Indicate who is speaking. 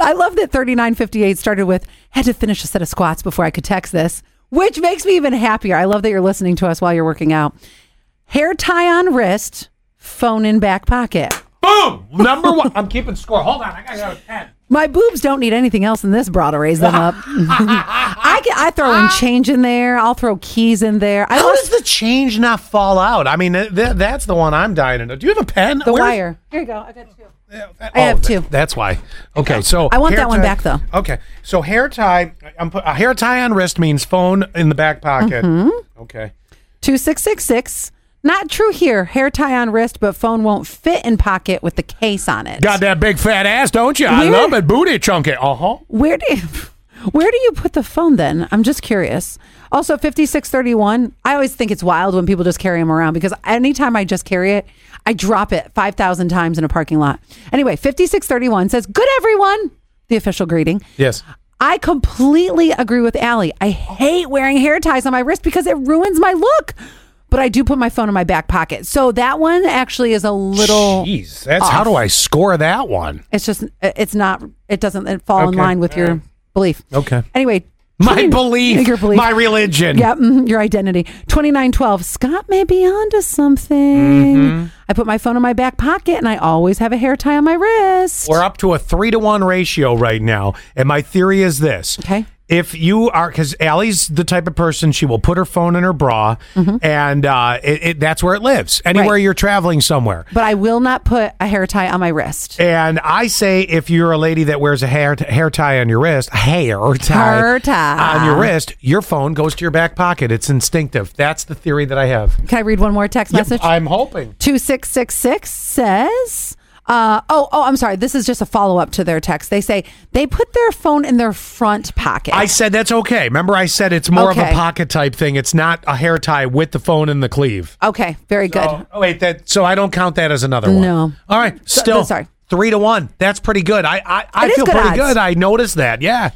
Speaker 1: I love that 3958 started with had to finish a set of squats before I could text this, which makes me even happier. I love that you're listening to us while you're working out. Hair tie on wrist, phone in back pocket.
Speaker 2: Boom! Number one. I'm keeping score. Hold on. I got to go to 10.
Speaker 1: My boobs don't need anything else in this bra to raise them up. I, can, I throw in change in there. I'll throw keys in there. I
Speaker 2: How
Speaker 1: lost
Speaker 2: does the change not fall out? I mean, th- th- that's the one I'm dying to know. Do you have a pen?
Speaker 1: the
Speaker 2: Where's-
Speaker 1: wire. Here you go. I got two.
Speaker 2: That-
Speaker 1: I have
Speaker 2: th-
Speaker 1: two.
Speaker 2: Oh, that's why. Okay, so
Speaker 1: I want
Speaker 2: hair
Speaker 1: that one
Speaker 2: tie-
Speaker 1: back, though.
Speaker 2: Okay, so hair tie. I'm put, a hair tie on wrist means phone in the back pocket.
Speaker 1: Mm-hmm.
Speaker 2: Okay.
Speaker 1: 2666. Not true here. Hair tie on wrist, but phone won't fit in pocket with the case on it.
Speaker 2: Got that big fat ass, don't you? I
Speaker 1: Where-
Speaker 2: love it. Booty chunky. Uh huh.
Speaker 1: Where do you, where do you put the phone then? I'm just curious. Also, 5631, I always think it's wild when people just carry them around because anytime I just carry it, I drop it 5,000 times in a parking lot. Anyway, 5631 says, Good everyone, the official greeting.
Speaker 2: Yes.
Speaker 1: I completely agree with Allie. I hate wearing hair ties on my wrist because it ruins my look. But I do put my phone in my back pocket. So that one actually is a little.
Speaker 2: Jeez, that's how do I score that one?
Speaker 1: It's just, uh, it's not, it doesn't it fall in
Speaker 2: Okay.
Speaker 1: line with your belief.
Speaker 2: Okay.
Speaker 1: Anyway.
Speaker 2: My
Speaker 1: 20
Speaker 2: belief,
Speaker 1: Your belief.
Speaker 2: my religion.
Speaker 1: yeah, mhm, your identity. 2912. Scott may be onto something.
Speaker 2: Mm-hmm.
Speaker 1: I put my phone in my back pocket and I always have a hair tie on my wrist.
Speaker 2: We're up to a three to one ratio right now. And my theory is this.
Speaker 1: Okay.
Speaker 2: If you are, because Allie's the type of person, she will put her phone in her bra, and uh, it, it, that's where it lives. Anywhere
Speaker 1: Mm-hmm. Right.
Speaker 2: you're traveling somewhere.
Speaker 1: but I will not put a hair tie on my wrist.
Speaker 2: And I say, if you're a lady that wears a hair hair tie on your wrist, hair tie,
Speaker 1: Hair tie.
Speaker 2: on your wrist, your phone goes to your back pocket. It's instinctive. That's the theory that I have.
Speaker 1: Can I read one more text message?
Speaker 2: I'm hoping.
Speaker 1: 2666 says, uh, oh, oh, I'm sorry. This is just a follow up to their text. They say they put their phone in their front pocket.
Speaker 2: I said that's okay. Remember, I said it's more of
Speaker 1: Okay.
Speaker 2: a pocket type thing. It's not a hair tie with the phone in the cleave.
Speaker 1: okay, very good.
Speaker 2: Oh, oh, wait, that so I don't count that as another one.
Speaker 1: No.
Speaker 2: All right, still
Speaker 1: sorry.
Speaker 2: three to one. That's pretty good. I I, I
Speaker 1: It is
Speaker 2: feel
Speaker 1: good
Speaker 2: pretty
Speaker 1: odds.
Speaker 2: good. I noticed that. Yeah.